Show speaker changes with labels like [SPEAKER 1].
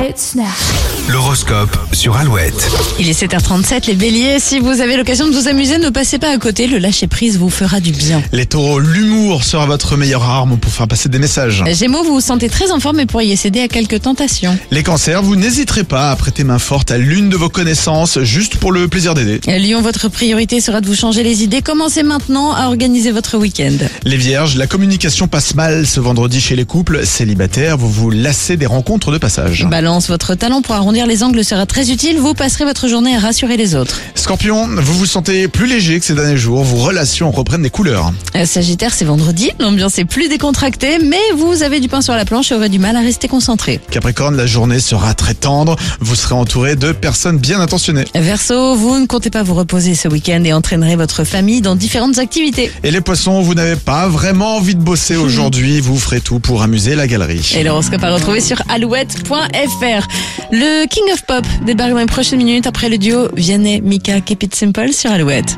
[SPEAKER 1] 19.
[SPEAKER 2] L'horoscope sur Alouette.
[SPEAKER 3] Il est 7h37, les béliers. Si vous avez l'occasion de vous amuser, ne passez pas à côté. Le lâcher prise vous fera du bien.
[SPEAKER 4] Les taureaux, l'humour sera votre meilleure arme pour faire passer des messages.
[SPEAKER 3] Gémeaux, vous vous sentez très en forme et pourriez céder à quelques tentations.
[SPEAKER 4] Les cancers, vous n'hésiterez pas à prêter main forte à l'une de vos connaissances juste pour le plaisir d'aider.
[SPEAKER 3] Lyon, votre priorité sera de vous changer les idées. Commencez maintenant à organiser votre week-end.
[SPEAKER 4] Les vierges, la communication passe mal ce vendredi chez les couples célibataires. Vous vous lassez des rencontres de passage.
[SPEAKER 3] Balance, votre talent pour arrondir les angles sera très utile. Vous passerez votre journée à rassurer les autres.
[SPEAKER 4] Scorpion, vous vous sentez plus léger que ces derniers jours. Vos relations reprennent des couleurs.
[SPEAKER 3] Euh, Sagittaire, c'est vendredi. L'ambiance est plus décontractée, mais vous avez du pain sur la planche et aurez du mal à rester concentré.
[SPEAKER 4] Capricorne, la journée sera très tendre. Vous serez entouré de personnes bien intentionnées.
[SPEAKER 3] Verseau, vous ne comptez pas vous reposer ce week-end et entraînerez votre famille dans différentes activités.
[SPEAKER 4] Et les poissons, vous n'avez pas vraiment envie de bosser aujourd'hui. Vous ferez tout pour amuser la galerie.
[SPEAKER 3] Et l'horoscope à retrouver sur alouette.fr. Le King of Pop débarque dans les prochaines minutes après le duo Vianney, Mika, Keep It Simple sur Alouette.